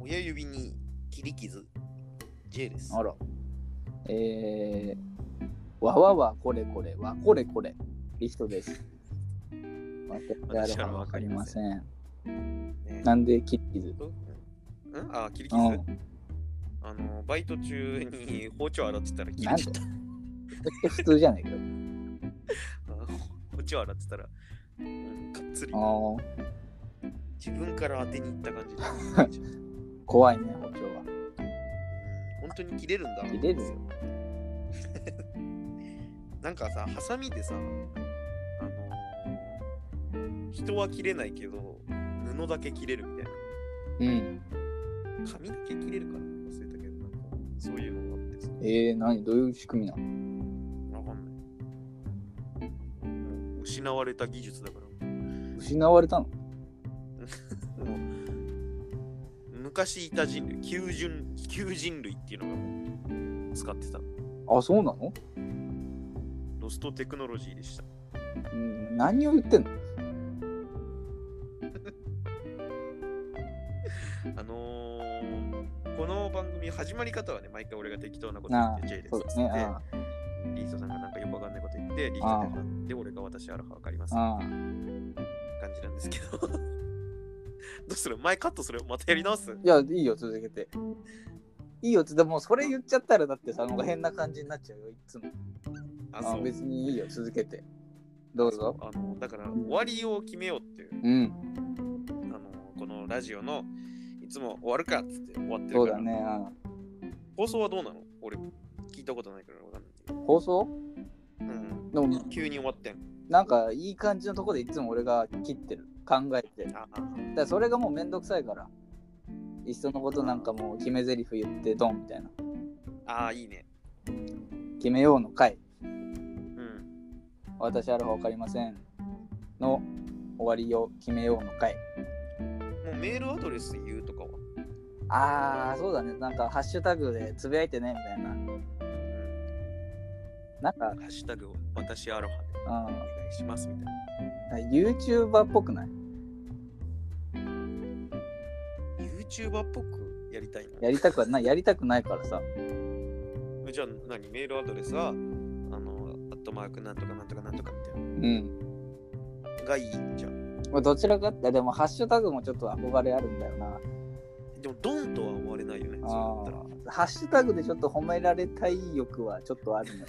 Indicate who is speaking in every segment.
Speaker 1: 親指に切り傷。J です。
Speaker 2: あら。えー、わわわこれこれ、わこれこれ、リストです。私
Speaker 1: 私
Speaker 2: は
Speaker 1: は
Speaker 2: わ
Speaker 1: わ
Speaker 2: か
Speaker 1: か
Speaker 2: り
Speaker 1: り
Speaker 2: ま
Speaker 1: ま
Speaker 2: せ
Speaker 1: せ
Speaker 2: ん。
Speaker 1: ね
Speaker 2: なんで切り傷
Speaker 1: うんうんあ、切り
Speaker 2: う
Speaker 1: 傷、
Speaker 2: ん。
Speaker 1: あの、バイト中に包丁洗ってたら切れちゃった。
Speaker 2: 普通じゃないけど。
Speaker 1: 包丁洗ってたら、うん、かっつり
Speaker 2: あ。ー
Speaker 1: 自分から当てに行った感じでうん。
Speaker 2: 怖いね、包丁は。
Speaker 1: 本当に切れるんだ。
Speaker 2: 切れるよ。
Speaker 1: なんかさ、ハサミでさ、あのー人は切れないけど、布だけ切れるみたい
Speaker 2: うん。
Speaker 1: な。紙だけ切れるから忘れたけど、なんかそういうのがあってさ。
Speaker 2: えー、何どういう仕組みなの
Speaker 1: わかんない。もう失われた技術だから。
Speaker 2: 失われたの
Speaker 1: もう昔いた人類、旧人旧人類っていうのがもう使ってた。
Speaker 2: あ、そうなの、
Speaker 1: ロストテクノロジーでした。
Speaker 2: うん、何を言ってんの
Speaker 1: あのーこの番組始まり方はね、毎回俺が適当なこと言って、J です。
Speaker 2: そうですね。あ
Speaker 1: リートさんがなんかよくわかんないこと言って、リートさんがなって、俺が私あるかわかります
Speaker 2: ーあ
Speaker 1: 感じなんですけど。 どうする前カットするまたやり直す
Speaker 2: ー。いや、いいよ、続けて。いいよ、つでもそれ言っちゃったらだってさ、なんか変な感じになっちゃうよ、いつも。
Speaker 1: あ、
Speaker 2: あ
Speaker 1: そう。
Speaker 2: 別にいいよ、続けて。どうぞ。
Speaker 1: あのだから、終わりを決めようっていう、
Speaker 2: うん、
Speaker 1: あのこのラジオの、いつも終わるかっつって終わってる
Speaker 2: そう
Speaker 1: から。
Speaker 2: だね。あ
Speaker 1: 放送はどうなの俺、聞いたことないからわかんない。
Speaker 2: 放送
Speaker 1: うん。
Speaker 2: でも、
Speaker 1: 急に終わってん。
Speaker 2: なんかいい感じのとこでいつも俺が切ってる。考えて。だか
Speaker 1: ああ、
Speaker 2: らそれがもうめんどくさいから。いっそのことなんかもう決め台詞言ってドンみたいな。
Speaker 1: ああいいね。
Speaker 2: 決めようの回。
Speaker 1: うん。
Speaker 2: 私ある方わかりません。の終わりを決めようの回。
Speaker 1: もうメールアドレス言うとかは。
Speaker 2: あー、そうだね。なんかハッシュタグでつぶやいてねみたいな。
Speaker 1: うん。
Speaker 2: なんか、
Speaker 1: ハッシュタグは私アロハで
Speaker 2: うん
Speaker 1: お願いしますみたいな。
Speaker 2: YouTuber っぽくない
Speaker 1: YouTuber っぽくやりたいの
Speaker 2: やりたくはない、やりたくないからさ。
Speaker 1: じゃあ何メールアドレスは、あの、アットマークなんとかなんとかなんとかみたい
Speaker 2: うん。
Speaker 1: な。がいいじゃん。
Speaker 2: まあ、どちらかって、でもハッシュタグもちょっと憧れあるんだよな。
Speaker 1: でも、ドンとは思われないよね。そうだったら。
Speaker 2: ハッシュタグでちょっと褒められたい欲はちょっとあるのよ。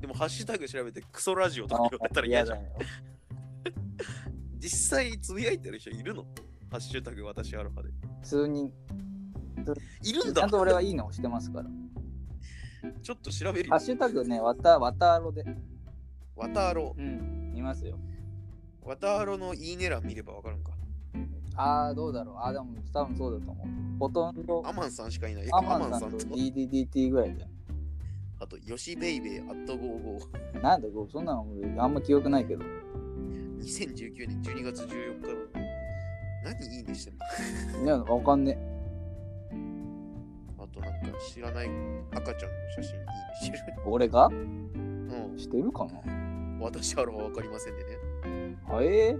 Speaker 1: でも、ハッシュタグ調べてクソラジオとか言われたら嫌じゃん。
Speaker 2: よ。
Speaker 1: 実際、つぶやいてる人いるのハッシュタグ私アロハで。
Speaker 2: 普通に、
Speaker 1: いるん
Speaker 2: ちゃ
Speaker 1: だ
Speaker 2: んと俺はいいのをしてますから。
Speaker 1: ちょっと調べる
Speaker 2: ハ
Speaker 1: よ
Speaker 2: ッ。シュタグね、わた、わたあろで。
Speaker 1: わたあろ
Speaker 2: う。ん、見ますよ。
Speaker 1: わたあろのいいね欄見ればわかるんか。
Speaker 2: あー、どうだろう。あー、でも多分そうだと思う。ほとんど、
Speaker 1: アマンさんしかいない。
Speaker 2: アマンさんと
Speaker 1: と、
Speaker 2: DDDT ぐらいだよ。
Speaker 1: あと、ヨシベイベイ、アット55。
Speaker 2: なんだこう、そんなの俺あんま記憶ないけど。
Speaker 1: 2019年12月14日の何いいねしてんの
Speaker 2: いや、わかんねえ。
Speaker 1: あとなんか知らない赤ちゃんの写真いいねしてる。
Speaker 2: 俺が
Speaker 1: う。
Speaker 2: してるかなん
Speaker 1: 私あらはわかりませんでね。
Speaker 2: あえ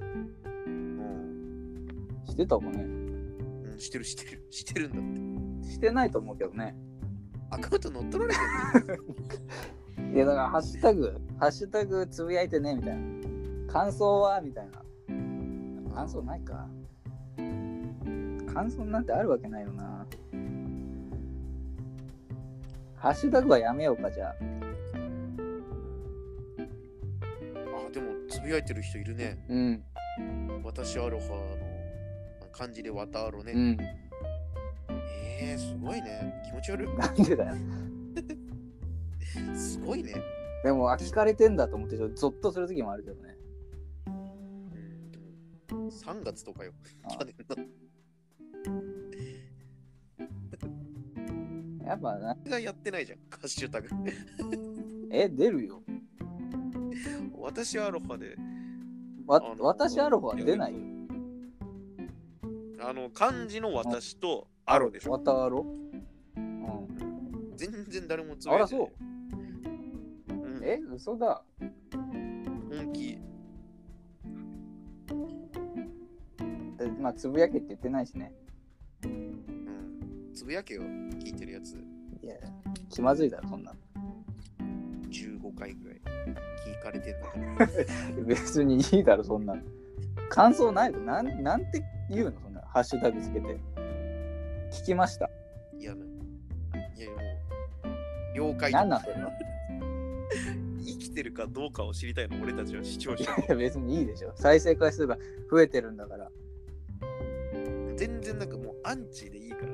Speaker 1: うん。
Speaker 2: ー、してたかね
Speaker 1: うん、してるしてる。してるんだっ
Speaker 2: してないと思うけどね。
Speaker 1: て。アカウント乗っ取られてる。
Speaker 2: いやだからハッシュタグ、ハッシュタグつぶやいてねみたいな。感想はみたいな。感想ないか。感想なんてあるわけないよな。ハッシュタグはやめようかじゃあ。
Speaker 1: あ、でもつぶやいてる人いるね。
Speaker 2: うん。
Speaker 1: 私アロハの漢字でわたあろね。
Speaker 2: うん。
Speaker 1: えー、すごい ね。気持ち悪
Speaker 2: なんでだよ。
Speaker 1: い。すごいね。
Speaker 2: でも、あ、聞かれてんだと思って、ちょっとゾッとする時もあるけどね。
Speaker 1: うんでも3月とかよ。
Speaker 2: あ
Speaker 1: 去年の。
Speaker 2: やっぱな、
Speaker 1: がやってないじゃん。ハッシュタグ。
Speaker 2: え、出るよ。
Speaker 1: 私アロハで。
Speaker 2: わ
Speaker 1: あ、の
Speaker 2: 私アロフは出ないよ。
Speaker 1: あの、漢字の私とアロでしょ。
Speaker 2: わたあろうん。
Speaker 1: 全然誰もつぶやいてない
Speaker 2: あら
Speaker 1: うん、
Speaker 2: え、嘘だ。
Speaker 1: 本気。
Speaker 2: えまあ、つぶやけって言ってないしね。
Speaker 1: ぶやけよ、聞いてるやつ。
Speaker 2: いや、気まずいだろ、そんなの。
Speaker 1: 15回ぐらい聞かれてんだから。
Speaker 2: 別にいいだろ、そんなの。感想ないのなんなんて言うのそんなハッシュタグつけて。聞きました。
Speaker 1: いや、いや、もう、了解
Speaker 2: 何なんだろ
Speaker 1: 生きてるかどうかを知りたいの、俺たちは視聴者。
Speaker 2: いや 別にいいでしょ。再生回数が増えてるんだから。
Speaker 1: 全然なんかもうアンチでいいから、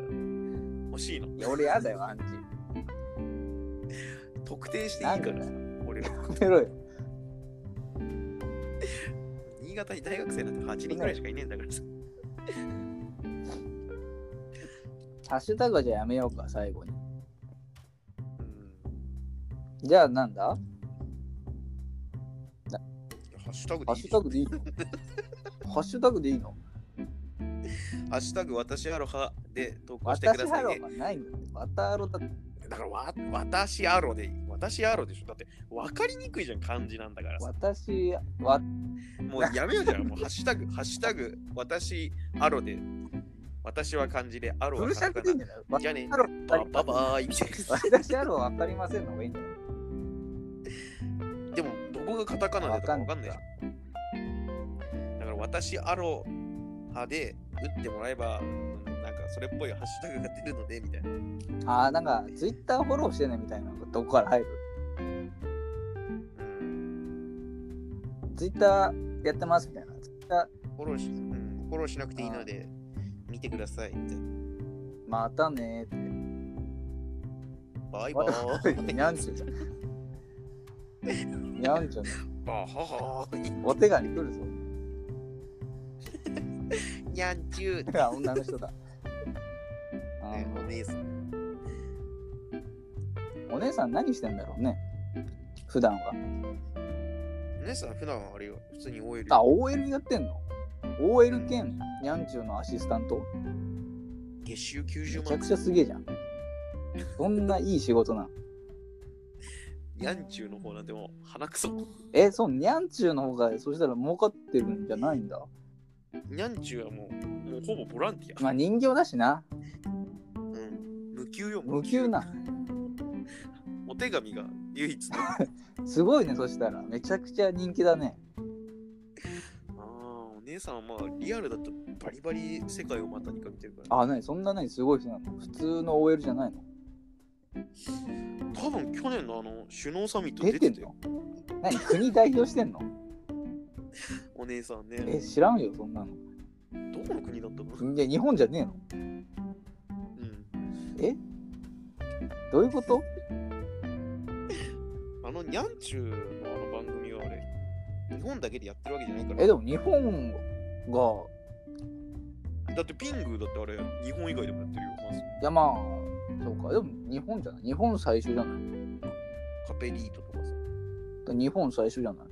Speaker 1: 欲しいの。
Speaker 2: いや俺 やだよ、アンチ。
Speaker 1: 特定していいか
Speaker 2: な
Speaker 1: ら
Speaker 2: ん、
Speaker 1: 俺ら。
Speaker 2: やめろよ。
Speaker 1: 新潟に大学生なんて8人ぐらいしかいねえんだからさ。
Speaker 2: ハッシュタグはじゃあやめようか、最後に。
Speaker 1: うん
Speaker 2: じゃあなんだ
Speaker 1: いやハッシュタグで
Speaker 2: ハ
Speaker 1: いい
Speaker 2: ッシ
Speaker 1: で
Speaker 2: ュ
Speaker 1: しょ
Speaker 2: タグでい いのハッシュタ
Speaker 1: ハッシュタ
Speaker 2: グでいいの
Speaker 1: グ私アロハで投稿してく
Speaker 2: 私
Speaker 1: だ
Speaker 2: ハ
Speaker 1: さい
Speaker 2: ロ
Speaker 1: ね
Speaker 2: ー。がないんだって。わたあろだって。
Speaker 1: だからわ、私アロでいい、私アロでしょ。だって、分かりにくいじゃん、漢字なんだからさ。
Speaker 2: 私、わ、
Speaker 1: もうやめようじゃん。もうハッシュタグ、ハッシュタグ、私アロで、私は漢字で、アロ
Speaker 2: フ
Speaker 1: は
Speaker 2: ル
Speaker 1: カ
Speaker 2: 尺
Speaker 1: タ
Speaker 2: でいいん
Speaker 1: カ
Speaker 2: じゃないわ
Speaker 1: ナ。じゃあね
Speaker 2: ハ、ロ
Speaker 1: バババーイみたいな。
Speaker 2: 私あるは分かりませんの方がいいんだよ。
Speaker 1: でも、どこがカタカナでとかわかんないじ
Speaker 2: わ
Speaker 1: ゃん。だから、私、アロハで打ってもらえば、うんなんか、それっぽいハッシュタグが出るので、みたいな。
Speaker 2: ああ、なんか、ツイッターフォローしてねみたいなとこから入る。
Speaker 1: うん、
Speaker 2: ツイッターやってますみたいな。ツイッタ
Speaker 1: フォローし、うん、フォローしなくていいので、見てください、みたいな。
Speaker 2: ーまたねーって。
Speaker 1: バイバ
Speaker 2: ま
Speaker 1: ーイ。
Speaker 2: たにゃんちゅうじゃん。にゃんちゅうの
Speaker 1: バーハーイ。
Speaker 2: お手紙来る ぞ。
Speaker 1: にゃんちゅう。
Speaker 2: あ女の人だ。あ
Speaker 1: ねお
Speaker 2: ー
Speaker 1: 姉さん。
Speaker 2: お姉さん何してんだろうね。普段は。
Speaker 1: お姉さん、普段はあれよ。普通に OL。
Speaker 2: あ、OL やってんの ?OL 兼にゃんちゅうのアシスタント
Speaker 1: 月収
Speaker 2: め
Speaker 1: 90
Speaker 2: ちゃ
Speaker 1: 万
Speaker 2: く。ちゃすげえじゃん。そんないい仕事なの。
Speaker 1: にゃんちゅうの方なんてもう、鼻くそ。
Speaker 2: え、そう、にゃんちゅうの方が、そしたら儲かってるんじゃないんだ。
Speaker 1: にゃんちゅうはもう、もうほぼボランティア。
Speaker 2: まあ人形だしな。
Speaker 1: うん。無給よ、
Speaker 2: 無給な。
Speaker 1: お手紙が唯一 の。あ
Speaker 2: すごいね、そしたら。めちゃくちゃ人気だね。
Speaker 1: あ、お姉さんはまあ、リアルだとバリバリ世界を股にかけてるから。
Speaker 2: あ、なに、そんなにすごい人なの普通の OL じゃないの
Speaker 1: 多分去年のあの、首脳サミット
Speaker 2: 出
Speaker 1: 出て
Speaker 2: てん
Speaker 1: たよ
Speaker 2: の。何、国代表してん の
Speaker 1: お姉さん
Speaker 2: え、
Speaker 1: ね。
Speaker 2: 知らんよ、そんなの。
Speaker 1: どこの国だったの
Speaker 2: いや、日本じゃねえの
Speaker 1: うん。
Speaker 2: どういうこと
Speaker 1: あの、にゃんちゅうのあの番組はあれ、日本だけでやってるわけじゃないから。
Speaker 2: え、でも日本が、
Speaker 1: だってピングだってあれ、日本以外でもやってるよ。まず、
Speaker 2: いやまあ、そうか。でも日本じゃない。日本最初じゃない。
Speaker 1: カペリートとかさ。
Speaker 2: 日本最初じゃない。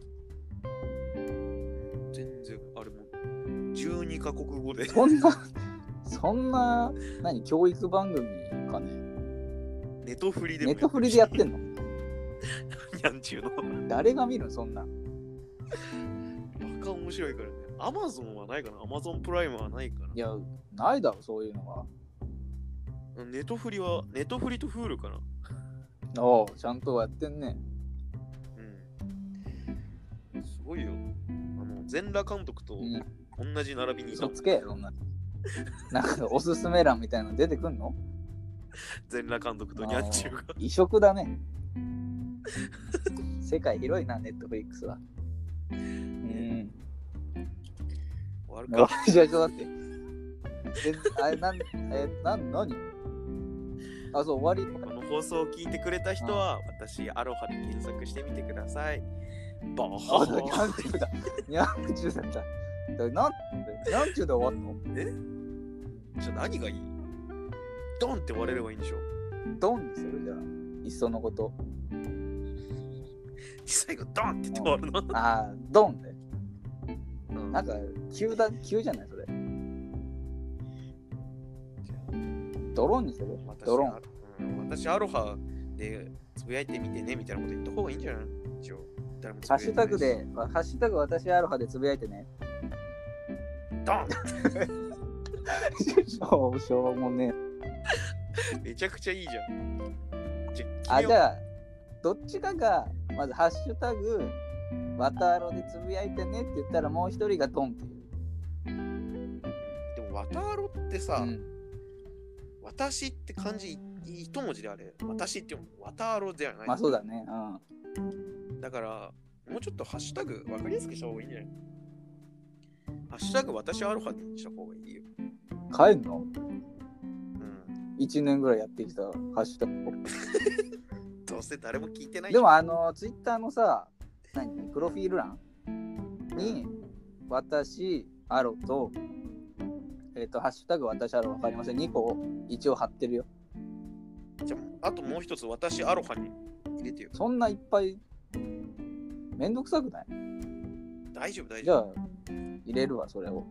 Speaker 1: 全然、あれも、12カ国語で。
Speaker 2: そんな、そんな、何、教育番組かね。
Speaker 1: ネトフリでも
Speaker 2: ネットフリ
Speaker 1: るし
Speaker 2: でやっ てんの
Speaker 1: にゃんちゅうの。
Speaker 2: 誰が見るのそんな。
Speaker 1: バカ面白いからね。アマゾンはないかなアマゾンプライムはないか
Speaker 2: いや、ないだろ、そういうのは。
Speaker 1: なネトフリは、ネトフリとフールかな
Speaker 2: おうちゃんとやってんね。
Speaker 1: うん。すごいよ。あの、全裸監督と
Speaker 2: うん。
Speaker 1: 同じ並びにいた
Speaker 2: 嘘つけ、そんな。なんかおすすめ欄みたいなの出てくんの
Speaker 1: 全裸監督とにゃんちゅうが。
Speaker 2: 異色だね。世界広いな、ネットフリックスは。うん。
Speaker 1: あれ
Speaker 2: いや
Speaker 1: か。、
Speaker 2: ちょっと待って。え、あれ、なん、え、なん、何あ、そう、終わり。
Speaker 1: この放送を聞いてくれた人は、私、アロハで検索してみてください。バッハ
Speaker 2: あ、そう、40だ。40だった。なん、何中で終わんの
Speaker 1: じゃあ何がいいドンって割れればいいんでしょ
Speaker 2: ドンにするじゃん。いっそのこと。
Speaker 1: 最後、ドンって言って終わるの。
Speaker 2: あー、ドンで。
Speaker 1: うん
Speaker 2: なんか、急だ、急じゃないそれ。ドローンにする
Speaker 1: 私
Speaker 2: ドローン。
Speaker 1: ン、うん。私、アロハでつぶやいてみてねみたいなこと言った方がいいんじゃない一応。誰もつぶ
Speaker 2: ハ
Speaker 1: や
Speaker 2: ッ
Speaker 1: いて
Speaker 2: シュ
Speaker 1: ない
Speaker 2: タグ。で、ハッシュタグ私アロハでつぶやいてね。
Speaker 1: ドン
Speaker 2: しょうしょうもね
Speaker 1: めちゃくちゃいいじゃん。じ
Speaker 2: あ、じ
Speaker 1: あ、
Speaker 2: ゃあ、どっちかが、まず、ハッシュタグ、わたあろでつぶやいてねって言ったら、もう一人がドンっていう。
Speaker 1: でも、わたあろってさ、
Speaker 2: うん
Speaker 1: 私って漢字い一文字であれ、私って読むわたあろではない。
Speaker 2: まあ、そうだね。うん。
Speaker 1: だから、もうちょっとハッシュタグ分かりやすくした方がいいんじゃないハッシュタグ私はアロハにした方がいいよ。
Speaker 2: 帰んの
Speaker 1: うん。
Speaker 2: ?1 年ぐらいやってきたハッシュタグ。
Speaker 1: どうせ誰も聞いてない
Speaker 2: でもあのツイッターのさ何プロフィール欄に「私アロ」と「えっ、とハッシュタグ私アロ」わかりません2個一応貼ってるよ
Speaker 1: じゃあ、あともう一つ私アロハに入れてよ。
Speaker 2: そんないっぱいめんどくさくない
Speaker 1: 大丈夫、大
Speaker 2: じ
Speaker 1: 丈
Speaker 2: ゃあ入れるわそれを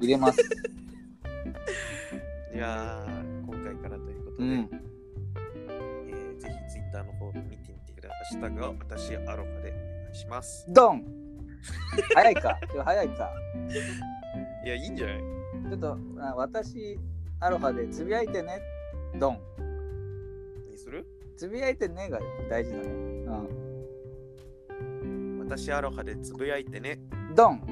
Speaker 2: 入れます
Speaker 1: 夫。いやー、今回からということ
Speaker 2: う
Speaker 1: で、
Speaker 2: ん
Speaker 1: えーぜひツイッターの方見てみてください。ハッシュタグは私アロハでお願いします。
Speaker 2: ドン早いかちょ早いか
Speaker 1: いや、いいんじゃない
Speaker 2: ちょっとあ私アロハでつぶやいてねドン
Speaker 1: にする
Speaker 2: つぶやいてねが大事だねう
Speaker 1: 私アロハでつぶやいてね。
Speaker 2: んドン